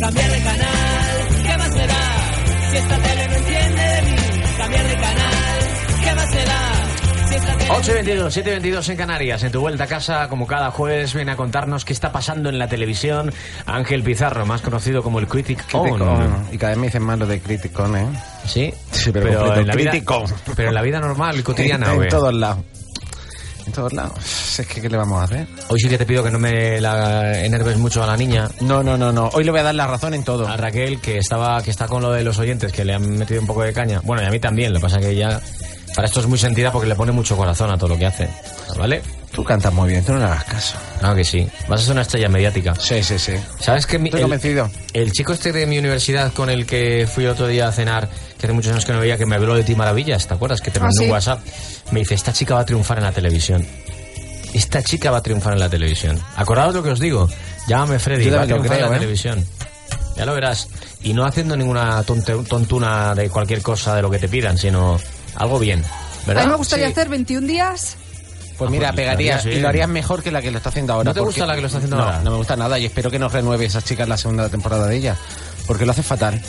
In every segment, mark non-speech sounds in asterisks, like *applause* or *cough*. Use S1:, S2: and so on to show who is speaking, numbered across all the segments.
S1: Cambiar de canal, ¿qué más me da? Si esta tele no entiende de mí, cambiar de canal, ¿qué más me da? Si esta tele no
S2: 8 y 22, 7 y 22 en Canarias. En tu vuelta a casa, como cada jueves, viene a contarnos qué está pasando en la televisión Ángel Pizarro, más conocido como el Critic
S3: Criticón.
S2: On.
S3: Y cada vez me dicen más lo de Criticón, ¿eh?
S2: Sí,
S3: Sí, pero completo,
S2: en la vida,
S3: crítico.
S2: pero en la vida normal, cotidiana.
S3: en,
S2: ¿o qué?
S3: todos lados. En todos lados. Si Es que, ¿qué le vamos a hacer?
S2: Hoy sí que te pido que no me la enerves mucho a la niña.
S3: No, no, no, no. Hoy le voy a dar la razón en todo.
S2: A Raquel, que estaba que está con lo de los oyentes, que le han metido un poco de caña. Bueno, y a mí también, lo que pasa que ella para esto es muy sentida porque le pone mucho corazón a todo lo que hace. ¿Vale?
S3: Tú cantas muy bien, tú no le hagas caso.
S2: Claro que sí. Vas a ser una estrella mediática.
S3: Sí, sí, sí.
S2: ¿Sabes que mi-
S3: Estoy convencido.
S2: el chico este de mi universidad con el que fui otro día a cenar, que hace muchos años que no veía, que me habló de ti maravillas, ¿te acuerdas? Que te
S4: Ah,
S2: mandó
S4: sí.
S2: un WhatsApp. Me dice, esta chica va a triunfar en la televisión. Esta chica va a triunfar en la televisión. Acordaos lo que os digo. Llámame Freddy,
S3: Yo
S2: va a
S3: también lo
S2: triunfar en la
S3: creo, ¿eh?
S2: televisión. Ya lo verás. Y no haciendo ninguna tonte- tontuna de cualquier cosa de lo que te pidan, sino algo bien. ¿verdad?
S4: A mí me gustaría
S2: Sí.
S4: hacer 21 días.
S3: Pues mira,
S2: pues,
S3: pegarías
S2: lo harías
S3: y lo
S2: bien.
S3: harías mejor que la que lo está haciendo ahora.
S2: ¿No te
S3: porque-
S2: gusta la que lo está haciendo
S3: No,
S2: ahora?
S3: No me gusta nada y espero que nos renueve esas chicas la segunda temporada de ella, porque lo hace fatal.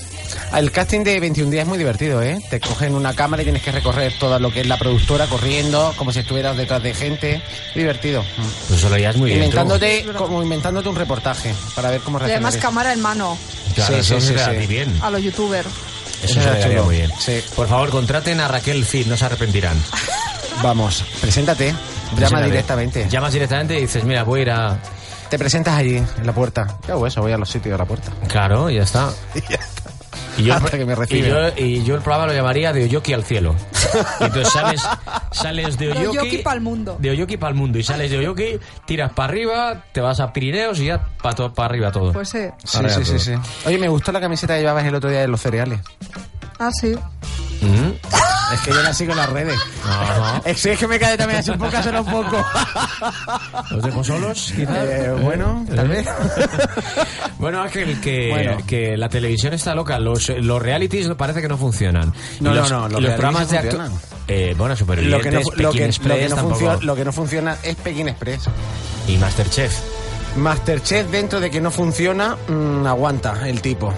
S3: El casting de 21 días es muy divertido, ¿eh? Te cogen una cámara y tienes que recorrer todo lo que es la productora corriendo, como si estuvieras detrás de gente. Divertido. Mm.
S2: Pues eso lo harías muy bien. tú.
S3: inventándote, como inventándote un reportaje para ver cómo
S4: Y además
S3: reaccionas.
S4: cámara en mano
S2: Claro,
S3: Sí,
S2: eso
S3: sí,
S2: se
S3: sí,
S2: te da
S3: sí. Ah,
S2: a ti bien.
S4: a los youtubers.
S2: Eso
S3: Eso
S2: se
S3: era
S2: le daría
S3: chulo.
S2: muy bien.
S3: Sí.
S2: Por favor, contraten a Raquel Cid, no se arrepentirán.
S3: Vamos, preséntate. Pues Llama
S2: Preséntate.
S3: directamente.
S2: Llamas directamente y dices, mira, voy a ir a...
S3: Te presentas allí, en la puerta. Yo hago eso, voy a los sitios de la puerta.
S2: Claro, y ya
S3: *laughs*
S2: está. Y yo, el-
S3: Hasta que me
S2: y, yo,
S3: reciben.
S2: y yo el programa lo llamaría de Oyoki al cielo. Y entonces sales, sales de
S4: De
S2: Oyoki...
S4: Oyoki pa'l mundo.
S2: De Oyoki para el mundo. Y sales de Oyoki, tiras para arriba, te vas a Pirineos y ya para arriba todo.
S4: Pues sí.
S3: Sí,
S2: Ahora ya
S3: sí, sí,
S2: todo.
S3: sí. Oye, me gustó la camiseta que llevabas el otro día de los cereales.
S4: Ah, sí.
S2: Mm.
S3: Es que yo la sigo en las redes.
S2: Ajá.
S3: Es que me cae también hace un poco, hace un poco.
S2: ¿Los dejo solos? quizá?
S3: Eh, bueno, tal vez.
S2: Bueno, Ángel, que,
S3: Bueno.
S2: que la televisión está loca. Los, los realities parece que no funcionan.
S3: No,
S2: Y los,
S3: no, no, los
S2: y los programas de
S3: realities
S2: acto...
S3: funcionan.
S2: Eh, bueno,
S3: Lo que, no,
S2: supervivientes,
S3: fu- lo,
S2: Pekín
S3: que, lo, que
S2: Express
S3: no
S2: tampoco.
S3: funciona, lo que no funciona es Pekín Express.
S2: Y Masterchef.
S3: Masterchef, dentro de que no funciona, mm, aguanta el tipo.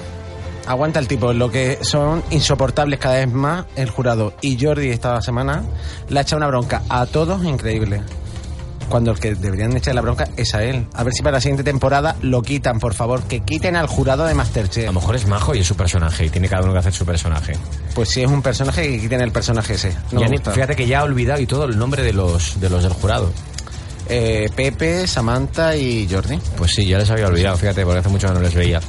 S3: Aguanta el tipo. Lo que son insoportables cada vez más el jurado. Y Jordi esta semana le ha echado una bronca a todos increíble. Cuando el que deberían echar la bronca es a él. A ver si para la siguiente temporada lo quitan, por favor. Que quiten al jurado de Masterchef.
S2: A lo mejor es majo y es su personaje. Y tiene cada uno que hacer su personaje.
S3: Pues si es un personaje, que quiten el personaje ese. No
S2: Ya
S3: me
S2: ni-
S3: gusta.
S2: fíjate que ya ha olvidado y todo el nombre de los, de los del jurado.
S3: Eh, Pepe, Samantha y Jordi.
S2: Pues sí, ya les había olvidado, fíjate, porque hace mucho que no les veía. En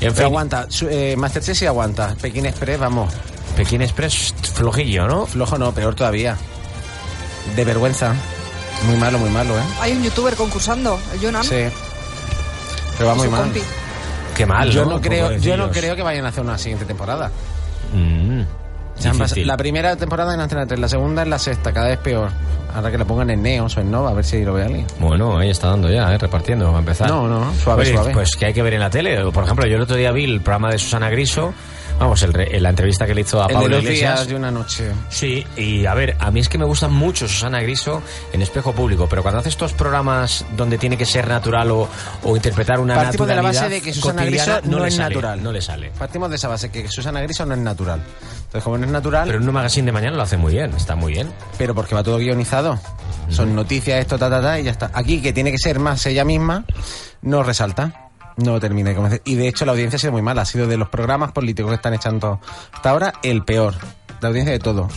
S3: Pero
S2: fin,
S3: aguanta, su- eh, Masterchef sí aguanta. Pekín Express, vamos.
S2: Pekín Express, flojillo, ¿no?
S3: Flojo no, peor todavía. De vergüenza. Muy malo, muy malo, ¿eh?
S4: Hay un youtuber concursando, el Jonan.
S3: Sí. Pero va
S4: ¿Ah? y
S3: muy
S4: su
S3: mal.
S4: compi.
S2: Qué mal,
S3: Yo
S2: ¿no?
S3: no creo, yo no
S2: Pobrecillos.
S3: creo que vayan a hacer una siguiente temporada.
S2: Mm,
S3: Ya han pas-
S2: difícil.
S3: La primera temporada en Antena 3, la segunda en la sexta, cada vez peor. Ahora que la pongan en Neos o en Nova, a ver si lo ve alguien.
S2: Bueno, ahí está dando ya, ¿eh? repartiendo, va a empezar.
S3: No, no, suave,
S2: Oye,
S3: suave.
S2: Pues que hay que ver en la tele. Por ejemplo, yo el otro día vi el programa de Susana Griso, vamos, el re- la entrevista que le hizo a
S3: El de
S2: Pablo
S3: los
S2: Iglesias.
S3: días de una noche.
S2: Sí, y a ver, a mí es que me gusta mucho Susana Griso en Espejo Público, pero cuando hace estos programas donde tiene que ser natural o, o interpretar una
S3: Partimos de la
S2: naturalidad
S3: base de que Susana
S2: cotidiana,
S3: Griso no,
S2: le
S3: es
S2: sale,
S3: natural.
S2: No le sale.
S3: Partimos de esa base, que Susana Griso no es natural. Entonces, como no es natural,
S2: Pero
S3: pero,
S2: en un magazine de mañana lo hace muy bien, está muy bien.
S3: porque va todo guionizado. Son noticias, esto, ta, ta, ta, y ya está. Aquí, que tiene que ser más ella misma, no resalta. No termina de convencer. Y de hecho, la audiencia ha sido muy mala. Ha sido de los programas políticos que están echando hasta ahora el peor. La audiencia de todo.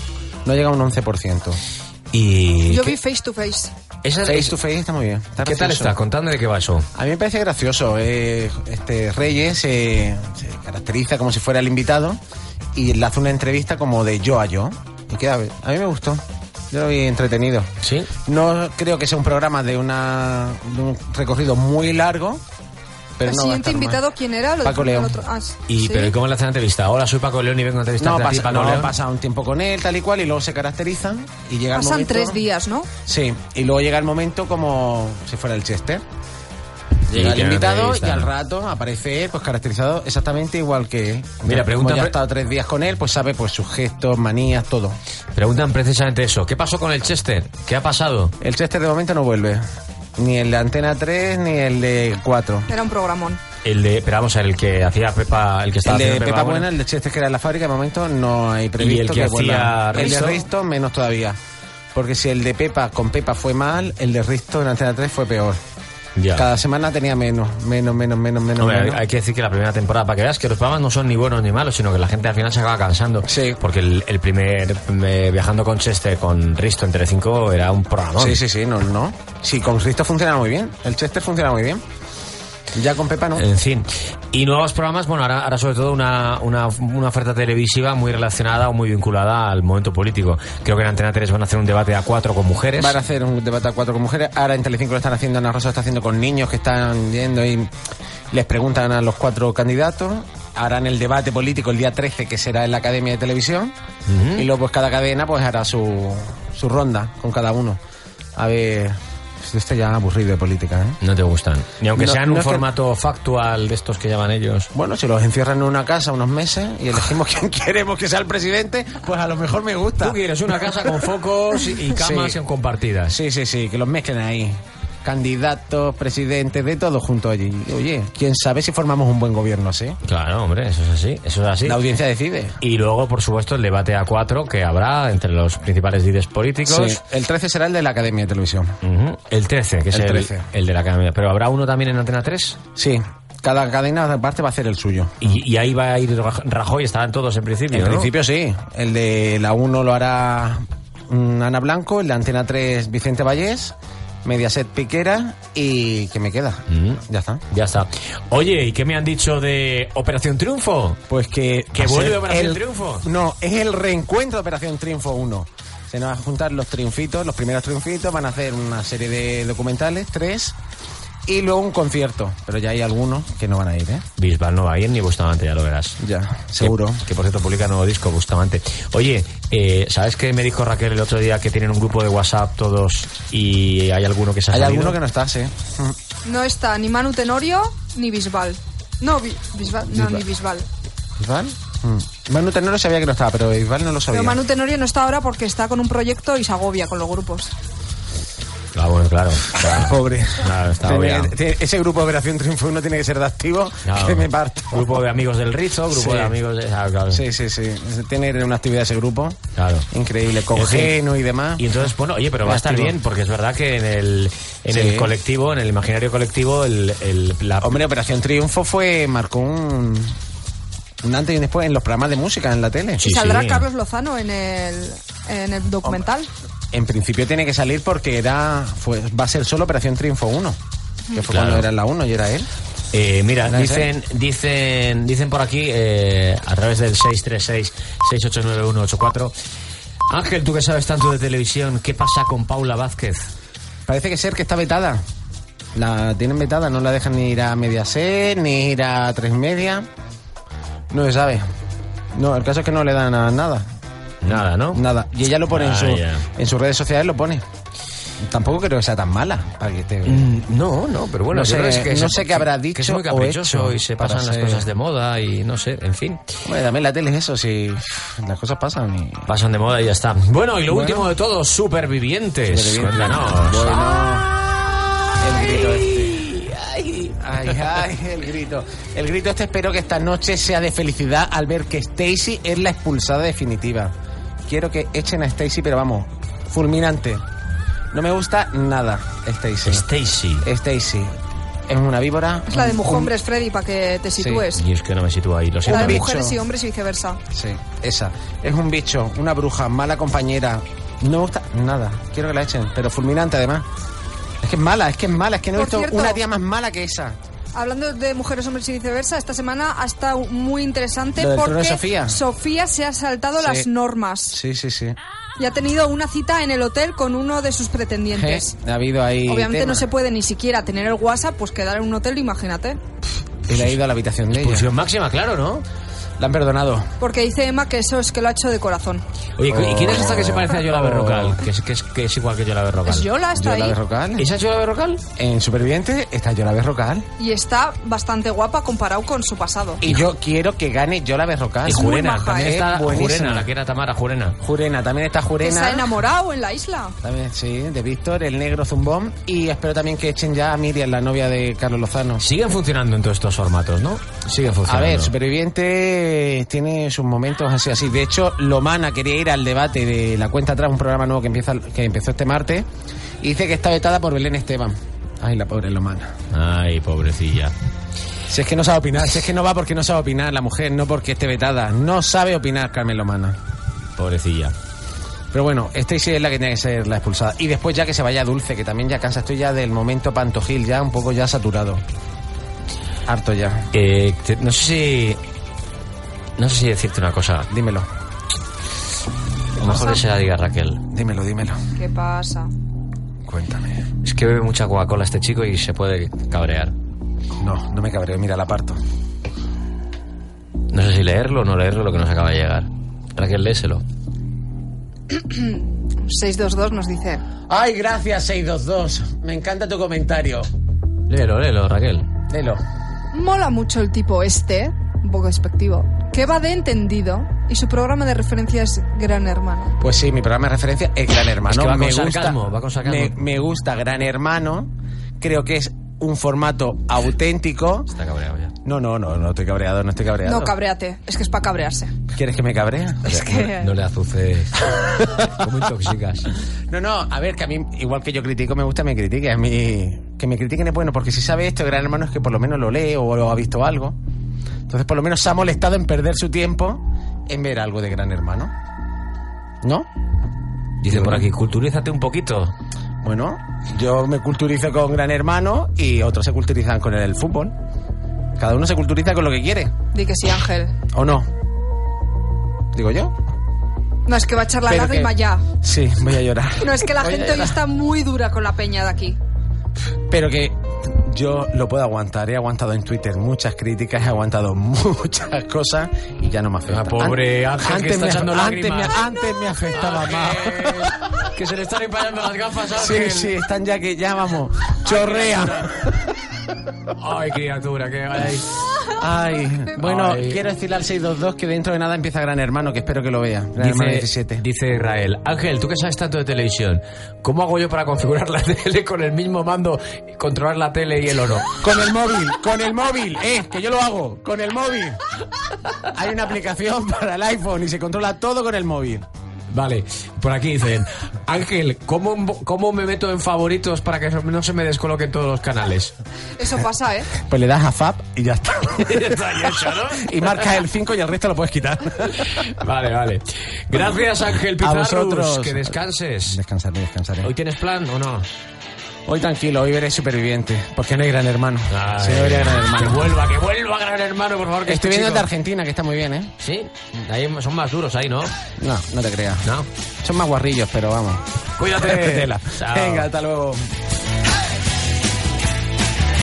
S3: No llega a un 11%.
S2: Y...
S4: Yo
S2: ¿qué-
S4: vi face to face.
S2: esa-
S3: Face to face está muy bien. Está
S2: ¿Qué tal
S3: gracioso.
S2: está? Contadme de qué va eso.
S3: A mí me parece gracioso. eh, este Reyes eh, se caracteriza como si fuera el invitado y le hace una entrevista como de yo a yo. Y queda, a mí me gustó. Yo lo vi entretenido.
S2: ¿Sí?
S3: No creo que sea un programa de, una, de un recorrido muy largo, pero
S4: el
S3: no va a
S4: siguiente
S3: estar mal.
S4: invitado, ¿quién era? Lo
S3: Paco
S4: dijimos el
S3: León.
S4: otro- ah, sí.
S2: Y,
S4: Sí.
S2: ¿Pero ¿y cómo le hacen la entrevista? Hola, soy Paco León y vengo a entrevistarte
S3: No,
S2: a ti,
S3: pasa,
S2: Paco
S3: no,
S2: León.
S3: pasa un tiempo con él, tal y cual, y luego se caracterizan y llega el
S4: Pasan
S3: momento-
S4: tres días, ¿no?
S3: Sí, y luego llega el momento como si fuera el Chester. Llega el
S2: que no
S3: invitado y
S2: entrevista,
S3: al
S2: ¿no?
S3: rato aparece pues caracterizado exactamente igual que él.
S2: Mira, pregunta-
S3: Como ya ha estado tres días con él, pues sabe pues sus gestos, manías, todo.
S2: Preguntan precisamente eso. ¿Qué pasó con el Chester? ¿Qué ha pasado?
S3: El Chester de momento no vuelve. Ni el de Antena 3 ni el de 4.
S4: Era un programón.
S2: El de, pero vamos, a ver, el que hacía Pepa, el que
S3: El
S2: estaba
S3: de
S2: haciendo
S3: Pepa Buena, el de Chester que era en la fábrica, de momento no hay previsto
S2: ¿Y el que
S3: vuelva.
S2: hacía
S3: El de
S2: Risto?
S3: Risto, menos todavía. Porque si el de Pepa con Pepa fue mal, el de Risto en Antena 3 fue peor.
S2: Ya.
S3: Cada semana tenía menos, menos, menos, menos, menos.
S2: Hombre, hay-
S3: menos.
S2: hay que decir que la primera temporada, para que veas que los programas no son ni buenos ni malos, sino que la gente al final se acaba cansando.
S3: Sí.
S2: Porque el, el primer eh, Viajando con Chester, con Risto en Telecinco, era un programón.
S3: Sí, sí, sí, no, no. Sí, con Risto funciona muy bien. El Chester funciona muy bien. Ya con Pepa no.
S2: En fin. Y nuevos programas, bueno, ahora, ahora sobre todo una, una, una oferta televisiva muy relacionada o muy vinculada al momento político. Creo que en Antena 3 van a hacer un debate a cuatro con mujeres.
S3: Van a hacer un debate a cuatro con mujeres. Ahora en Telecinco lo están haciendo, Ana Rosa lo está haciendo con niños que están yendo y les preguntan a los cuatro candidatos. Harán el debate político el día 13, que será en la Academia de Televisión. Y luego pues cada cadena pues hará su, su ronda con cada uno. A ver, esto ya aburrido de política, ¿eh?
S2: No te gustan. Ni aunque
S3: No-
S2: sean
S3: no
S2: un
S3: es que-
S2: formato factual de estos que llaman ellos.
S3: Bueno, si los encierran en una casa unos meses y elegimos *laughs* quién queremos que sea el presidente, pues a lo mejor me gusta.
S2: Tú quieres una casa con focos y camas
S3: Sí.
S2: en compartidas.
S3: Sí, sí, sí, que los mezclen ahí. Candidatos, presidentes, de todo junto allí. Oye, quién sabe si formamos un buen gobierno, ¿sí?
S2: Claro, hombre, eso es así. Eso es así.
S3: La audiencia decide.
S2: Y luego, por supuesto, el debate a cuatro que habrá entre los principales líderes políticos.
S3: Sí, El 13 será el de la Academia de Televisión.
S2: Ujú. El 13, que es
S3: El
S2: el,
S3: 13.
S2: el de la academia. Pero habrá uno también en Antena 3.
S3: Sí, cada cadena de parte va a hacer el suyo.
S2: Y, y ahí va a ir Raj- Rajoy, estarán todos en principio.
S3: En
S2: ¿no?
S3: principio sí. El de la 1 lo hará mm, Ana Blanco, el de Antena 3 Vicente Vallés, Mediaset Piquera y... ¿Qué me queda?
S2: Mm.
S3: Ya está.
S2: Ya está. Oye, ¿y qué me han dicho de Operación Triunfo?
S3: Pues que.
S2: Que
S3: va a
S2: vuelve
S3: ser
S2: Operación Triunfo.
S3: No, es el reencuentro de Operación Triunfo 1. Se nos van a juntar los triunfitos, los primeros triunfitos, van a hacer una serie de documentales, tres, y luego un concierto. Pero ya hay algunos que no van a ir, ¿eh?
S2: Bisbal no va a ir ni Bustamante, ya lo verás.
S3: Ya, seguro.
S2: Que, que, por cierto publica nuevo disco, Bustamante. Oye, eh, ¿sabes qué me dijo Raquel el otro día que tienen un grupo de WhatsApp todos y hay alguno que se ha
S3: Hay
S2: salido?
S3: alguno que no está, sí. Mm.
S4: No está ni Manu Tenorio ni Bisbal. No, Bi- Bisbal, no, ni Bisbal.
S3: ¿Isbal? Mm. Manu Tenero sabía que no estaba, pero Isbal no lo sabía.
S4: Pero Manu Tenorio no está ahora porque está con un proyecto y se agobia con los grupos.
S2: Ah, bueno, claro.
S3: Ah, Pobre.
S2: Claro, está
S3: Tiene-
S2: obviado.
S3: tiene- ese grupo de Operación Triunfo 1 tiene que ser de activo,
S2: Claro.
S3: que me parto.
S2: Grupo de amigos del Rizo, grupo
S3: Sí.
S2: de amigos de... ah, claro.
S3: Sí, sí, sí. Tiene una actividad ese grupo.
S2: Claro.
S3: Increíble, con
S2: En fin.
S3: Geno y demás.
S2: Y entonces, bueno, oye, pero va a estar
S3: Activo.
S2: bien, porque es verdad que en el, en
S3: Sí.
S2: el colectivo, en el imaginario colectivo, el, el- la-
S3: Hombre, Operación Triunfo fue marcó un, un antes y un después en los programas de música en la tele.
S2: Sí,
S4: y saldrá
S2: sí.
S4: Carlos Lozano en el, en el documental.
S3: En principio tiene que salir porque era fue, va a ser solo Operación Triunfo 1, que fue
S2: Claro.
S3: cuando era la 1 y era él.
S2: Eh, mira,
S3: ¿Nadie sabe?
S2: dicen, dicen, dicen por aquí, eh, a través del 636-689184, Ángel, tú que sabes tanto de televisión, ¿qué pasa con Paula Vázquez?
S3: Parece que ser que está vetada. La tienen vetada, no la dejan ni ir a Mediaset, ni ir a Tres Media. No se sabe. No, el caso es que no le dan a nada.
S2: Nada, ¿no? Ah,
S3: Nada. Y ella lo pone en, su-
S2: Vaya.
S3: en sus redes sociales, lo pone. Tampoco creo que sea tan mala. Para que te...
S2: Mm, No, no, pero bueno,
S3: No
S2: yo
S3: sé-
S2: creo que es-
S3: no sé qué habrá dicho
S2: Que es muy
S3: o
S2: caprichoso
S3: hecho
S2: y se
S3: para
S2: pasan las
S3: ser-
S2: cosas de moda y no sé, en fin.
S3: Hombre, también la tele es eso, si las cosas pasan y...
S2: Pasan de moda y ya está. Bueno, y lo último de todo, supervivientes.
S3: Supervivientes.
S2: Cuéntanos.
S3: El grito este. Ay, ay, el grito. El grito este espero que esta noche sea de felicidad al ver que Stacy es la expulsada definitiva. Quiero que echen a Stacy, pero vamos, fulminante. No me gusta nada Stacy.
S2: Stacy.
S3: Stacy es una víbora.
S4: Es la de
S3: un-
S4: Mujeres, Freddy, para que te sitúes.
S2: Y es que no me sitúo ahí, lo siento.
S4: La de
S3: bicho.
S4: mujeres y hombres y viceversa.
S3: Sí, esa. Es un bicho, una bruja, mala compañera. No me gusta nada. Quiero que la echen, pero fulminante además. Es que es mala, es que es mala, es que no he
S4: Por
S3: visto
S4: cierto-
S3: una tía más mala que esa.
S4: Hablando de mujeres, hombres y viceversa, esta semana ha estado muy interesante
S3: Lo del trono
S4: porque
S3: de Sofía.
S4: Sofía se ha saltado
S3: Sí.
S4: las normas
S3: Sí, sí, sí.
S4: y ha tenido una cita en el hotel con uno de sus pretendientes.
S3: Ha habido ahí.
S4: Obviamente
S3: tema.
S4: no se puede ni siquiera tener el WhatsApp, pues quedar en un hotel, imagínate.
S3: Y le ha ido a la habitación de ella.
S2: Pulsión máxima, claro, ¿no?
S3: La han perdonado.
S4: Porque dice Emma que eso es que lo ha hecho de corazón.
S2: Oye, ¿y quién es esta que se parece a Yola Berrocal? Que es, que es, que es igual que Yola Berrocal.
S4: Es Yola está
S3: Yola
S4: ahí.
S3: Berrocal.
S2: ¿Esa es Yola Berrocal?
S3: En Superviviente está Yola Berrocal.
S4: Y está bastante guapa comparado con su pasado.
S3: Y yo quiero que gane Yola Berrocal.
S2: Y
S4: muy
S2: Jurena,
S4: maja,
S2: también
S3: ¿eh?
S2: está
S3: Buenísima.
S2: Jurena, la que era Tamara, Jurena.
S3: Jurena, también está
S4: Que se ha
S3: Jurena.
S4: enamorado en la isla.
S3: También, sí, de Víctor, el negro zumbón. Y espero también que echen ya a Miriam, la novia de Carlos Lozano.
S2: Siguen funcionando en todos estos formatos, ¿no? Siguen
S3: A
S2: funcionando.
S3: ver, Superviviente tiene sus momentos así, así. De hecho, Lomana quería ir al debate de La Cuenta Atrás, un programa nuevo que, empieza, que empezó este martes, y dice que está vetada por Belén Esteban. Ay, la pobre Lomana.
S2: Ay, pobrecilla.
S3: Si es que no sabe opinar, si es que no va porque no sabe opinar la mujer, no porque esté vetada. No sabe opinar Carmen Lomana.
S2: Pobrecilla.
S3: Pero bueno, Stacy es la que tiene que ser la expulsada. Y después ya que se vaya Dulce, que también ya cansa. Estoy ya del momento Pantojil, ya un poco ya saturado. Harto ya.
S2: Eh, te- no sé si. No sé si decirte una cosa.
S3: Dímelo,
S2: A lo mejor que se la diga Raquel.
S3: dímelo, dímelo.
S4: ¿Qué pasa?
S3: Cuéntame.
S2: Es que bebe mucha Coca-Cola este chico y se puede cabrear.
S3: No, no me cabreo, mira, la parto.
S2: No sé si leerlo o no leerlo lo que nos acaba de llegar. Raquel, léeselo.
S4: 622 nos dice.
S3: Ay, gracias 622. Me encanta tu comentario.
S2: Léelo, léelo, Raquel.
S3: Lelo.
S4: Mola mucho el tipo este, un poco despectivo, que va de entendido y su programa de referencia es Gran Hermano.
S3: Pues sí, mi programa de referencia es Gran Hermano.
S2: Es que va con
S3: me
S2: sarcasmo,
S3: gusta,
S2: va con sarcasmo.
S3: Me, me gusta Gran Hermano. Creo que es un formato auténtico.
S2: Está cabreado ya.
S3: No, no, no, no estoy cabreado, no estoy cabreado.
S4: No, cabréate, es que es para cabrearse.
S3: ¿Quieres que me cabrea?
S4: Es que...
S2: No le azuces. *laughs* Como intoxicas.
S3: No, no, a ver, que a mí, igual que yo critico, me gusta que me critiquen. A mí, que me critiquen es bueno, porque si sabe esto, Gran Hermano es que por lo menos lo lee o lo ha visto algo. Entonces, por lo menos se ha molestado en perder su tiempo en ver algo de Gran Hermano. ¿No?
S2: Dice por aquí, culturízate un poquito.
S3: Bueno, yo me culturizo con Gran Hermano y otros se culturizan con el fútbol. Cada uno se culturiza con lo que quiere,
S4: Di que sí, Ángel.
S3: ¿o no? Digo yo.
S4: No, es que va a echar la
S3: Pero
S4: lágrima
S3: que-
S4: ya.
S3: Sí, voy a llorar.
S4: No, es que la
S3: Voy a
S4: gente hoy
S3: llorar.
S4: está muy dura con la peña de aquí.
S3: Pero que yo lo puedo aguantar. He aguantado en Twitter muchas críticas, he aguantado *laughs* muchas cosas y ya no me afecta.
S2: Ah, pobre
S3: An-
S2: Ángel que está
S3: me,
S2: echando
S3: antes, me,
S2: lágrimas.
S3: antes me afectaba más.
S2: *laughs* que se le están empañando las gafas
S3: *laughs* Sí, sí, están ya que ya vamos. Chorrea.
S2: Ay, criatura, que
S3: Ay, bueno,
S2: Ay.
S3: quiero decirle al 622 que dentro de nada empieza Gran Hermano, que espero que lo vea. Gran Hermano 17.
S2: Dice, dice Israel, Ángel, tú que sabes tanto de televisión, ¿cómo hago yo para configurar la *laughs* tele con el mismo mando, y controlar la tele y el oro?
S3: Con el móvil, con el móvil, eh, que yo lo hago, con el móvil. Hay una aplicación *laughs* para el iPhone y se controla todo con el móvil.
S2: Vale, por aquí dicen, Ángel, ¿cómo, ¿cómo me meto en favoritos para que no se me descoloquen todos los canales?
S4: Eso pasa, ¿eh?
S3: Pues le das a Fab y ya está.
S2: *laughs* Está ya hecho, ¿no?
S3: *laughs* Y marcas el 5 y el resto lo puedes quitar.
S2: Vale, vale. Gracias, Ángel Pizarros,
S3: vosotros.
S2: que descanses.
S3: *laughs* Descansaré, descansaré.
S2: ¿Hoy
S3: Hoy,
S2: tienes plan o no?
S3: hoy tranquilo, hoy veré Superviviente, porque no hay Gran Hermano. Sí, no habría Gran
S2: Que
S3: Hermano.
S2: vuelva, que vuelva, gran hermano, por favor. Que
S3: Estoy viendo el de
S2: tarde.
S3: Argentina, que está muy bien, ¿eh?
S2: Sí, ahí son más duros ahí, ¿no?
S3: No, no te creas.
S2: No.
S3: Son más guarrillos, pero vamos.
S2: Cuídate.
S3: *laughs* Tela.
S2: Chao.
S3: Venga, hasta luego.